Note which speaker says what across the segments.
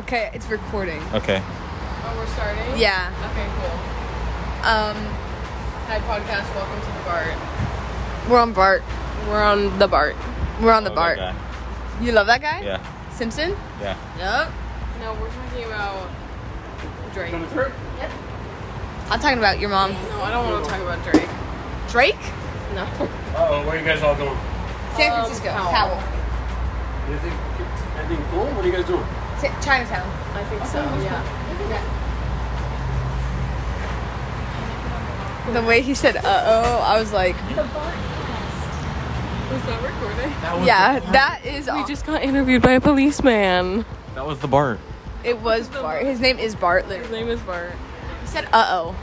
Speaker 1: Okay, it's recording.
Speaker 2: Okay.
Speaker 3: Oh, we're starting?
Speaker 1: Yeah.
Speaker 3: Okay, cool.
Speaker 1: Um,
Speaker 3: Hi, podcast. Welcome to the BART.
Speaker 1: we're on Bart.
Speaker 3: We're on the BART.
Speaker 1: We're on the
Speaker 2: Oh,
Speaker 1: Bart.
Speaker 2: that guy.
Speaker 1: You love that guy?
Speaker 2: Yeah.
Speaker 1: Simpson?
Speaker 2: Yeah.
Speaker 1: Yep.
Speaker 3: No, we're talking about Drake.
Speaker 1: I'm talking about your mom.
Speaker 3: No, I don't want to talk about Drake.
Speaker 1: Drake?
Speaker 3: No.
Speaker 4: Uh-oh, where are you guys all going?
Speaker 1: San
Speaker 3: Um,
Speaker 1: Francisco.
Speaker 3: Powell.
Speaker 1: Powell.
Speaker 4: Anything, anything cool? What are you guys doing?
Speaker 1: Sa- Chinatown.
Speaker 3: I think so, yeah.
Speaker 1: The way he said, uh oh, I was like,
Speaker 3: Was that recording?
Speaker 4: That
Speaker 1: yeah, that is.
Speaker 3: We just got interviewed by a policeman.
Speaker 2: That was the bar.
Speaker 1: It was Bart. His name is Bart.
Speaker 3: His
Speaker 1: Literally.
Speaker 3: name is Bart.
Speaker 1: He said, uh oh.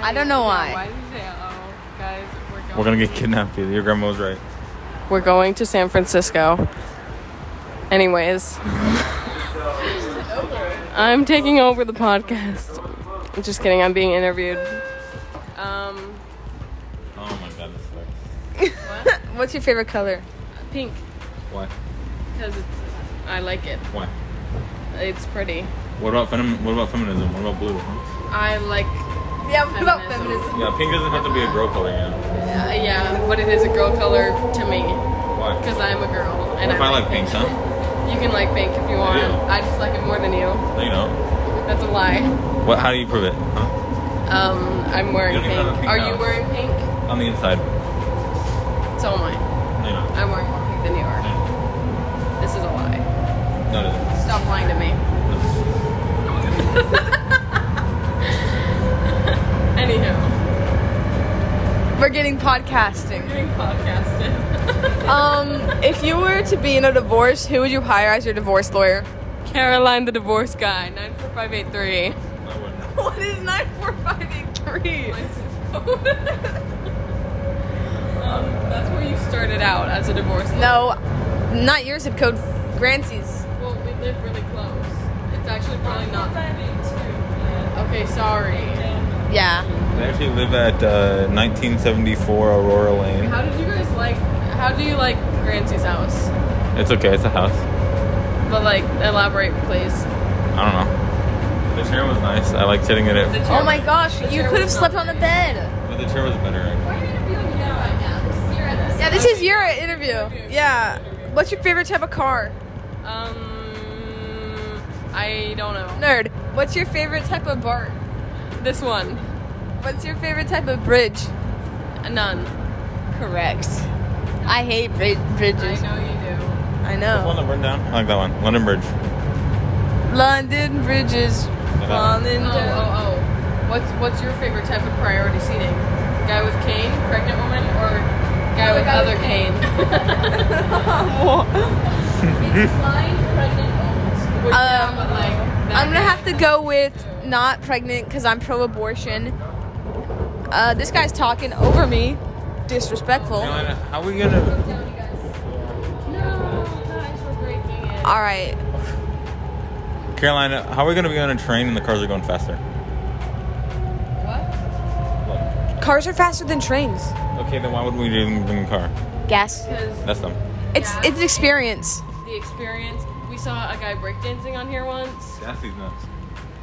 Speaker 1: I don't know
Speaker 3: Why
Speaker 1: why.
Speaker 3: did you say hello? Guys, we're going.
Speaker 2: We're gonna get kidnapped. Dude. Your grandma was right.
Speaker 3: We're going to San Francisco. Anyways. I'm taking over the podcast. Just kidding, I'm being interviewed. Um,
Speaker 2: Oh my god, this sucks.
Speaker 1: What's your favorite color?
Speaker 3: pink,
Speaker 2: Why?
Speaker 3: because it's, I like it.
Speaker 2: Why?
Speaker 3: It's pretty.
Speaker 2: What about fem- What about feminism? What about blue? Huh?
Speaker 3: I like,
Speaker 1: Yeah, what about
Speaker 3: Feminism.
Speaker 1: feminism?
Speaker 2: Yeah, pink doesn't have to be a girl color. Yeah.
Speaker 3: uh, yeah, but it is a girl color to me,
Speaker 2: Why?
Speaker 3: because I'm a girl. And
Speaker 2: What if I like pinks, huh?
Speaker 3: You can like pink if you want.
Speaker 2: do.
Speaker 3: I just like it more than you.
Speaker 2: No, you know.
Speaker 3: That's a lie.
Speaker 2: What? How do you prove it? Huh?
Speaker 3: Um, I'm wearing
Speaker 2: You don't
Speaker 3: pink.
Speaker 2: even have a pink
Speaker 3: Are you
Speaker 2: house.
Speaker 3: wearing pink?
Speaker 2: On the inside.
Speaker 3: So am I.
Speaker 2: No, you know.
Speaker 3: I'm wearing more pink than you are.
Speaker 2: No,
Speaker 3: This is a lie.
Speaker 2: no, it isn't.
Speaker 3: Stop lying to me. Anywho,
Speaker 1: We're getting podcasting.
Speaker 3: getting podcasted.
Speaker 1: Um, if you were to be in a divorce, who would you hire as your divorce lawyer?
Speaker 3: Caroline, the divorce guy, nine four five eight three.
Speaker 2: I wouldn't.
Speaker 1: What is 94583?
Speaker 3: um, that's where you started out as a divorce. lawyer.
Speaker 1: No, not your zip code, Grancy's.
Speaker 3: Well, we live really close. It's actually probably not. Okay, sorry.
Speaker 1: Yeah.
Speaker 2: They actually live at uh, 1974 Aurora Lane.
Speaker 3: How did you guys like? How do you like Grancy's house?
Speaker 2: It's okay. It's a house.
Speaker 3: But like, elaborate, please.
Speaker 2: I don't know. The chair was nice. I like sitting in it.
Speaker 3: The
Speaker 1: Oh my gosh,
Speaker 3: The
Speaker 1: you
Speaker 3: chair
Speaker 1: could have
Speaker 3: was
Speaker 1: slept on
Speaker 3: not
Speaker 1: the
Speaker 3: nice.
Speaker 1: bed.
Speaker 2: But the chair was better. Actually.
Speaker 3: Why are you interviewing me right now? This is your
Speaker 1: Yeah, this is your interview. Yeah. What's your favorite type of car?
Speaker 3: Um, I don't know.
Speaker 1: Nerd. What's your favorite type of bar?
Speaker 3: This one,
Speaker 1: What's your favorite type of bridge?
Speaker 3: none.
Speaker 1: Correct. I hate bri-
Speaker 3: I
Speaker 1: bridges.
Speaker 3: know you
Speaker 1: I
Speaker 2: The one
Speaker 1: know.
Speaker 2: that burned down. I like that one. London Bridge.
Speaker 1: London bridges falling
Speaker 3: do. Oh,
Speaker 1: down.
Speaker 3: oh, oh. What's what's your favorite type of priority seating? Guy with cane, pregnant woman, or guy with other cane? Which, yeah,
Speaker 1: Um,
Speaker 3: but, like, that
Speaker 1: I'm gonna
Speaker 3: guy.
Speaker 1: have to go with not pregnant because I'm pro-abortion. Uh, this guy's talking over me, disrespectful. All
Speaker 2: Carolina, how are we gonna?
Speaker 3: No, guys, we're breaking it.
Speaker 1: right,
Speaker 2: Carolina, how are we gonna be on a train and the cars are going faster?
Speaker 3: What?
Speaker 2: Look.
Speaker 1: cars are faster than trains.
Speaker 2: Okay, then why would we even bring a car?
Speaker 1: Gas.
Speaker 3: Because
Speaker 2: That's dumb.
Speaker 1: It's
Speaker 3: Yeah.
Speaker 1: it's an experience.
Speaker 3: the experience. We saw a guy breakdancing on here once.
Speaker 2: That's these nuts.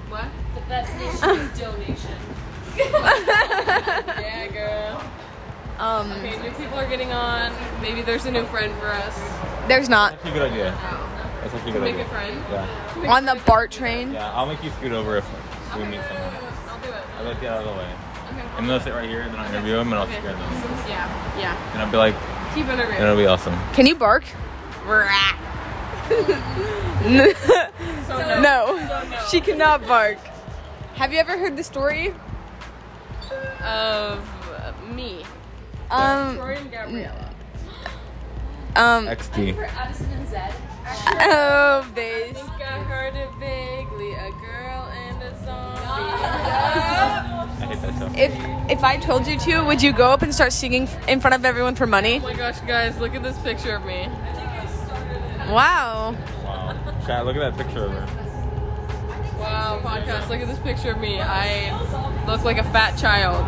Speaker 3: What? The best nation is donation. yeah, girl.
Speaker 1: Um,
Speaker 3: Okay, new people are getting on. Maybe there's a new friend for us.
Speaker 1: there's not
Speaker 2: Actually, a good idea. That's actually a good
Speaker 3: Oh. Make
Speaker 2: idea.
Speaker 3: a friend.
Speaker 2: Yeah.
Speaker 1: on the BART train.
Speaker 2: Yeah, I'll make you scoot over if we meet someone.
Speaker 3: I'll do it.
Speaker 2: I'll let you out of the way.
Speaker 3: Okay.
Speaker 2: And they'll sit right here and then I'll interview them and I'll
Speaker 3: Okay.
Speaker 2: scare them.
Speaker 3: Yeah. Yeah.
Speaker 2: And I'll be like,
Speaker 3: Keep it
Speaker 2: and it'll
Speaker 3: around.
Speaker 2: be awesome.
Speaker 1: Can you bark?
Speaker 3: So
Speaker 1: no,
Speaker 3: So no.
Speaker 1: she cannot bark. Have you ever heard the story?
Speaker 3: Of uh, me.
Speaker 1: Um,
Speaker 3: Jordan Gabriella.
Speaker 1: um,
Speaker 2: XD.
Speaker 1: oh,
Speaker 3: I
Speaker 1: base.
Speaker 3: think I heard it vaguely. A girl and a zombie.
Speaker 1: Uh,
Speaker 2: I hate that stuff.
Speaker 1: If if I told you to, would you go up and start singing f- in front of everyone for money?
Speaker 3: oh my gosh, guys, look at this picture of me.
Speaker 1: Wow.
Speaker 2: Wow. Chat, look at that picture of her.
Speaker 3: Wow, podcast, look at this picture of me. I look like a fat child.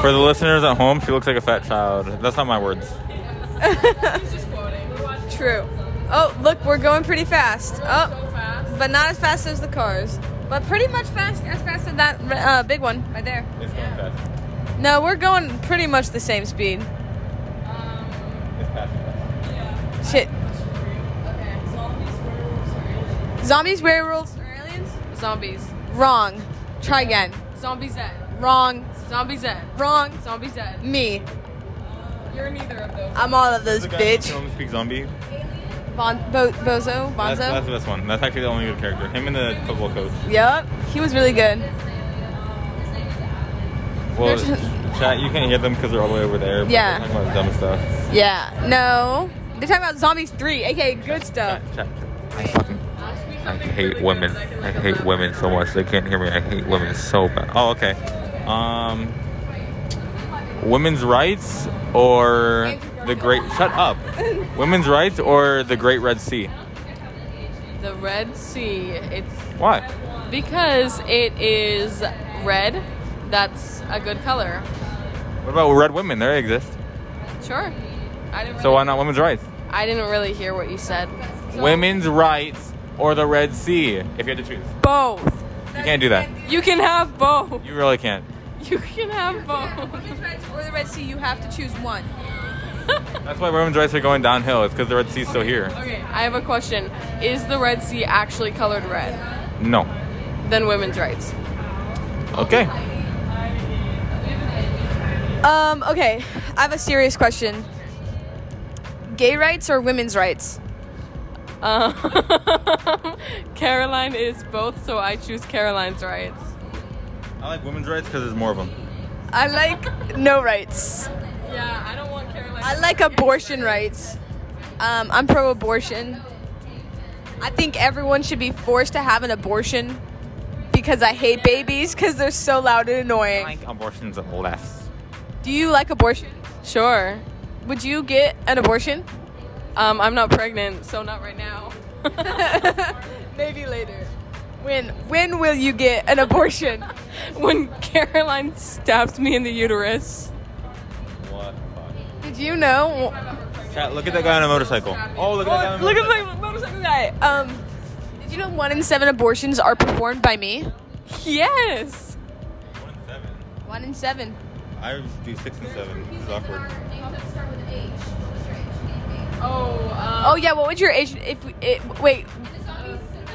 Speaker 2: For the listeners at home, she looks like a fat child. That's not my words.
Speaker 3: He's just quoting.
Speaker 1: True. Oh, look, we're going pretty fast.
Speaker 3: so
Speaker 1: Oh,
Speaker 3: fast.
Speaker 1: but not as fast as the cars. But pretty much fast, as fast as that uh, big one right there.
Speaker 2: It's going fast.
Speaker 1: No, we're going pretty much the same speed.
Speaker 3: Um,
Speaker 2: It's passing us.
Speaker 3: yeah.
Speaker 1: Shit.
Speaker 3: Okay. Zombies, werewolves,
Speaker 1: Zombies, werewolves,
Speaker 3: or aliens?
Speaker 1: or aliens?
Speaker 3: Zombies.
Speaker 1: Wrong. Try again.
Speaker 3: Zombie Z.
Speaker 1: Wrong.
Speaker 3: Zombie Z.
Speaker 1: Wrong.
Speaker 3: Zombie Z.
Speaker 1: Me.
Speaker 3: You're neither of those.
Speaker 1: I'm all of those,
Speaker 2: The guy from
Speaker 1: bitch.
Speaker 2: Film Speak Zombie.
Speaker 1: Bon- bo- bozo?
Speaker 2: That's, that's
Speaker 1: Bonzo?
Speaker 2: the best one. That's actually the only good character. Him and the football coach.
Speaker 1: Yup. He was really good.
Speaker 2: Well,
Speaker 1: They're just-
Speaker 2: chat, you can't hear them because they're all the way over there. But
Speaker 1: Yeah.
Speaker 2: They're talking about dumb stuff.
Speaker 1: Yeah. No. They're talking about Zombies 3, aka good stuff.
Speaker 2: Chat, chat. I fucking
Speaker 3: Ask me
Speaker 2: I
Speaker 3: something really
Speaker 2: hate
Speaker 3: good
Speaker 2: women.
Speaker 3: that can,
Speaker 2: I
Speaker 3: like,
Speaker 2: hate
Speaker 3: elaborate
Speaker 2: women so
Speaker 3: on.
Speaker 2: much. They can't hear me. I hate women so bad. Oh, okay. Um, women's rights or the great. Shut up. Women's rights or the Great Red Sea.
Speaker 3: The Red Sea. It's
Speaker 2: Why?
Speaker 3: because it is red. That's a good color.
Speaker 2: What about red women? They exist.
Speaker 3: Sure. I didn't. Really,
Speaker 2: So why not women's rights?
Speaker 3: I didn't really hear what you said.
Speaker 2: Women's rights or the Red Sea. If you had to choose,
Speaker 3: Both.
Speaker 2: you can't do that.
Speaker 3: You can have both.
Speaker 2: You really can't.
Speaker 3: You can have both.
Speaker 1: Women's rights or the Red Sea, you have to choose one.
Speaker 2: That's why women's rights are going downhill. It's because the Red Sea's still here.
Speaker 3: Okay, I have a question. Is the Red Sea actually colored red?
Speaker 2: No.
Speaker 3: Then women's rights.
Speaker 2: Okay.
Speaker 1: Um, okay. I have a serious question. Gay rights or women's rights?
Speaker 3: Um, Caroline is both, so I choose Caroline's rights.
Speaker 2: I like women's rights because there's more of them.
Speaker 1: I like no rights.
Speaker 3: Yeah, I don't want Caroline.
Speaker 1: I like abortion rights. Um, I'm pro abortion. I think everyone should be forced to have an abortion because I hate babies because they're so loud and
Speaker 2: I
Speaker 1: annoying.
Speaker 2: like abortions less.
Speaker 1: Do you like abortion?
Speaker 3: Sure.
Speaker 1: Would you get an abortion?
Speaker 3: Um, I'm not pregnant, so not right now. Oh,
Speaker 1: Maybe later. When when will you get an abortion?
Speaker 3: when Caroline stabbed me in the uterus.
Speaker 2: What?
Speaker 1: Did you know?
Speaker 2: Chat, look at that guy on a motorcycle. Oh, look at that guy on a
Speaker 1: Look
Speaker 2: motorcycle.
Speaker 1: at my motorcycle guy. Um, did you know one in seven abortions are performed by me?
Speaker 3: Yes.
Speaker 2: One and seven.
Speaker 1: One in seven.
Speaker 2: I do six and seven. This is awkward.
Speaker 3: Oh. Um,
Speaker 1: Oh yeah. What would your age? If we, it, wait.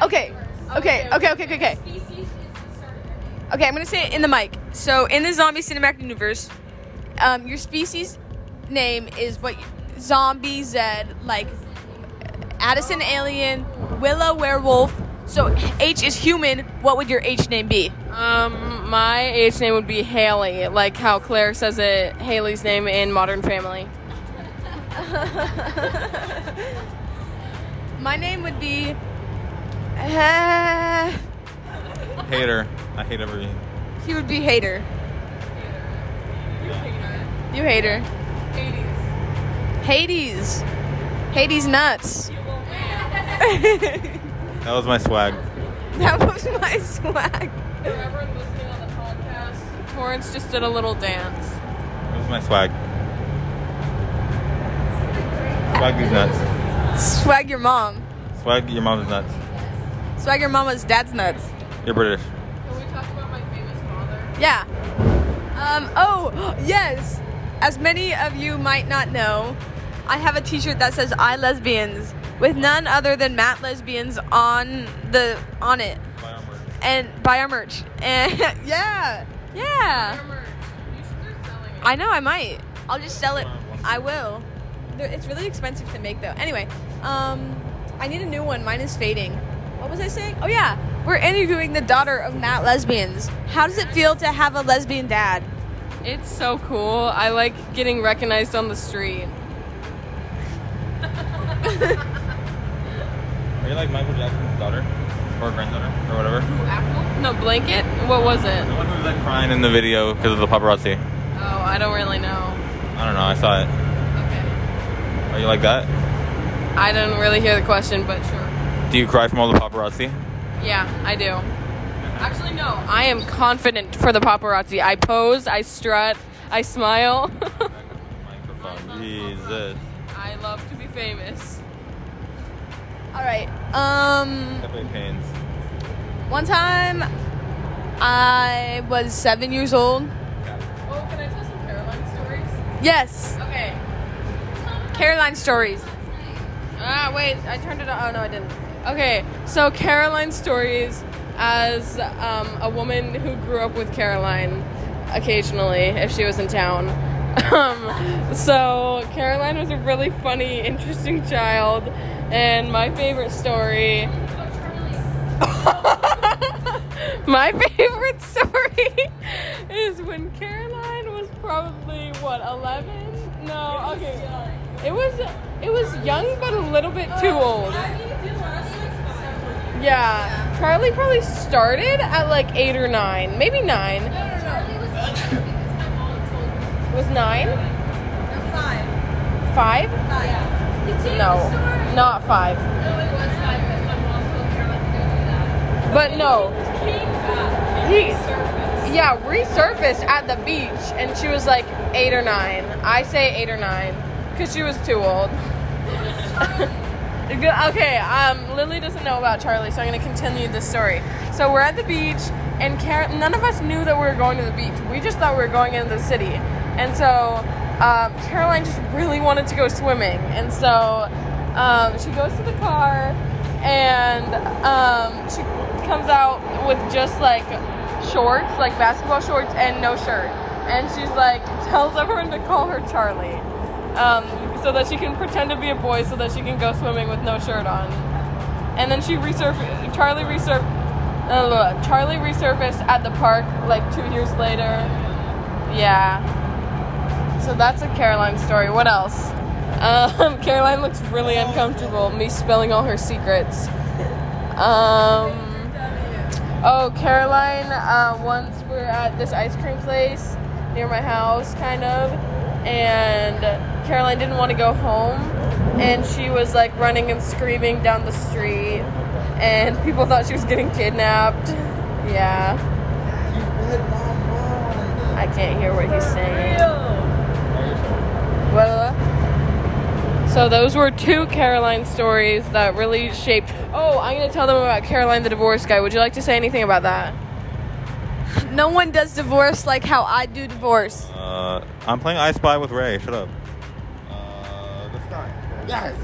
Speaker 1: Okay. Okay. Okay. Okay. Okay. Okay. Okay. I'm gonna say it in the mic. So in the zombie cinematic universe, um, your species name is what you, zombie Z like Addison alien Willow werewolf. So H is human. What would your H name be?
Speaker 3: Um, my H name would be Haley, like how Claire says it. Haley's name in Modern Family.
Speaker 1: My name would be. Uh,
Speaker 2: Hater. I hate everything.
Speaker 1: he would be hater. You hater. Hades. Hades nuts. that
Speaker 2: That was my swag.
Speaker 1: was my swag.
Speaker 3: Torrance just did a little dance.
Speaker 2: That was my swag. Swag these nuts.
Speaker 1: Swag your mom.
Speaker 2: Swag your mom's nuts.
Speaker 1: Swag your mama's dad's nuts.
Speaker 2: You're British.
Speaker 3: Can we talk about my famous father?
Speaker 1: Yeah. Um, oh, yes. As many of you might not know, I have a t shirt that says I lesbians with none other than Matt lesbians on the on it and buy our merch. And yeah. Yeah. I know I might. I'll just sell it. I will. They're- It's really expensive to make though. Anyway, um, I need a new one. Mine is fading. What was I saying? Oh yeah, we're interviewing the daughter of Matt lesbians. How does it feel to have a lesbian dad?
Speaker 3: It's so cool. I like getting recognized on the street.
Speaker 2: Are you like Michael Jackson's daughter? Or granddaughter? Or whatever?
Speaker 3: No blanket? What was it?
Speaker 2: The one who was like crying in the video because of the paparazzi.
Speaker 3: Oh, I don't really know.
Speaker 2: I don't know. I saw it.
Speaker 3: Okay.
Speaker 2: Are you like that?
Speaker 3: I didn't really hear the question, but sure.
Speaker 2: Do you cry from all the paparazzi?
Speaker 3: Yeah, I do. Actually, no. I am confident for the paparazzi. I pose, I strut, I smile.
Speaker 2: Microphone. Jesus.
Speaker 3: I love to be famous.
Speaker 1: All right. Um,
Speaker 2: Epic pains.
Speaker 1: One time, I was seven years old.
Speaker 3: Oh, can I tell some Caroline stories?
Speaker 1: Yes,
Speaker 3: Okay.
Speaker 1: Caroline stories.
Speaker 3: Ah, wait, I turned it on. Oh, no, I didn't. Okay, so Caroline stories as um, a woman who grew up with Caroline occasionally if she was in town. Um, so Caroline was a really funny, interesting child, and my favorite story. my favorite story is when Caroline was probably what 11? No, okay. It was it was young but a little bit too
Speaker 1: Uh,
Speaker 3: old. Yeah. Charlie probably started at like 8 or 9, maybe 9. Was 9?
Speaker 1: Five.
Speaker 3: 5?
Speaker 1: Five.
Speaker 3: No. Not 5. But no. He Yeah, resurfaced at the beach and she was like 8 or 9. I say 8 or 9 cuz she was too old. Good- Okay, um, Lily doesn't know about Charlie, so I'm gonna continue this story. So we're at the beach, and Car- none of us knew that we were going to the beach. We just thought we were going into the city, and so um, Caroline just really wanted to go swimming, and so um, she goes to the car, and um, she comes out with just like shorts, like basketball shorts, and no shirt, and she's like tells everyone to call her Charlie um, so that she can pretend to be a boy so that she can go swimming with no shirt on. And then she resurfaced, Charlie resurfaced, uh, Charlie resurfaced at the park like two years later. Yeah. So that's a Caroline story. What else? Um, Caroline looks really uncomfortable, me spilling all her secrets. Um, Oh, Caroline, uh, once we were at this ice cream place near my house, kind of, and Caroline didn't want to go home, and she was like running and screaming down the street, and people thought she was getting kidnapped. Yeah. I can't hear what he's saying. Well, so those were two Caroline stories that really shaped. Oh, I'm gonna tell them about Caroline the divorce guy. Would you like to say anything about that?
Speaker 1: No one does divorce like how I do divorce.
Speaker 2: Uh, I'm playing I Spy with Ray. Shut up. Uh, the sky. Yes.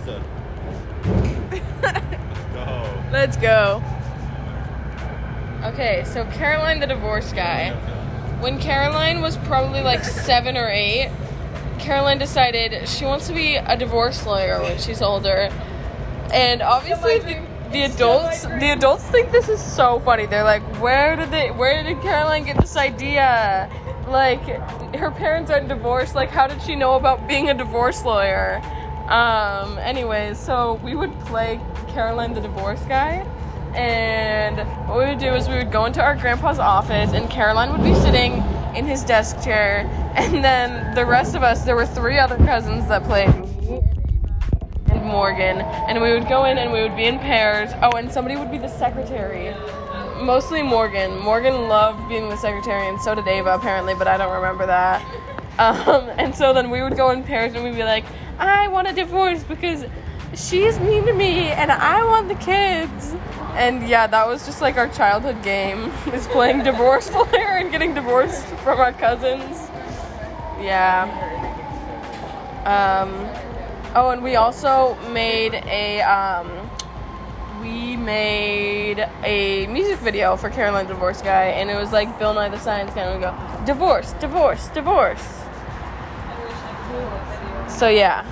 Speaker 2: Let's go.
Speaker 1: Let's go.
Speaker 3: Okay, so Caroline the divorce guy. When Caroline was probably like seven or eight, Caroline decided she wants to be a divorce lawyer when she's older. And obviously the, the adults the adults think this is so funny. They're like, where did they where did Caroline get this idea? Like her parents are divorced, like how did she know about being a divorce lawyer? Um anyways, so we would play Caroline the divorce guy. And what we would do is we would go into our grandpa's office, and Caroline would be sitting in his desk chair. And then the rest of us, there were three other cousins that played me and Morgan. And we would go in and we would be in pairs. Oh, and somebody would be the secretary. Mostly Morgan. Morgan loved being the secretary, and so did Ava apparently, but I don't remember that. Um, and so then we would go in pairs and we'd be like, I want a divorce because she's mean to me and I want the kids. And yeah, that was just like our childhood game is playing divorce lawyer and getting divorced from our cousins. Yeah. Um, oh, and we also made a um, we made a music video for Caroline Divorce Guy, and it was like Bill Nye the Science Guy, and we go divorce, divorce, divorce. So yeah.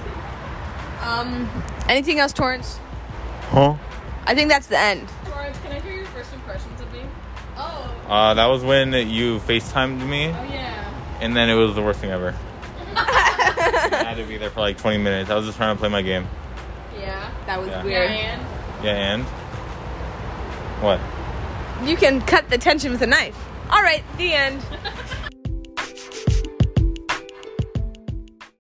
Speaker 1: Um, anything else, Torrance?
Speaker 2: Huh?
Speaker 1: I think that's the end.
Speaker 3: Florence, can I hear your first impressions of me? Oh.
Speaker 2: Uh, that was when you FaceTimed me,
Speaker 3: Oh yeah.
Speaker 2: and then it was the worst thing ever. I had to be there for like 20 minutes. I was just trying to play my game.
Speaker 3: Yeah.
Speaker 1: That was
Speaker 2: Yeah.
Speaker 1: weird.
Speaker 2: Yeah, and what?
Speaker 1: You can cut the tension with a knife. All right, the end.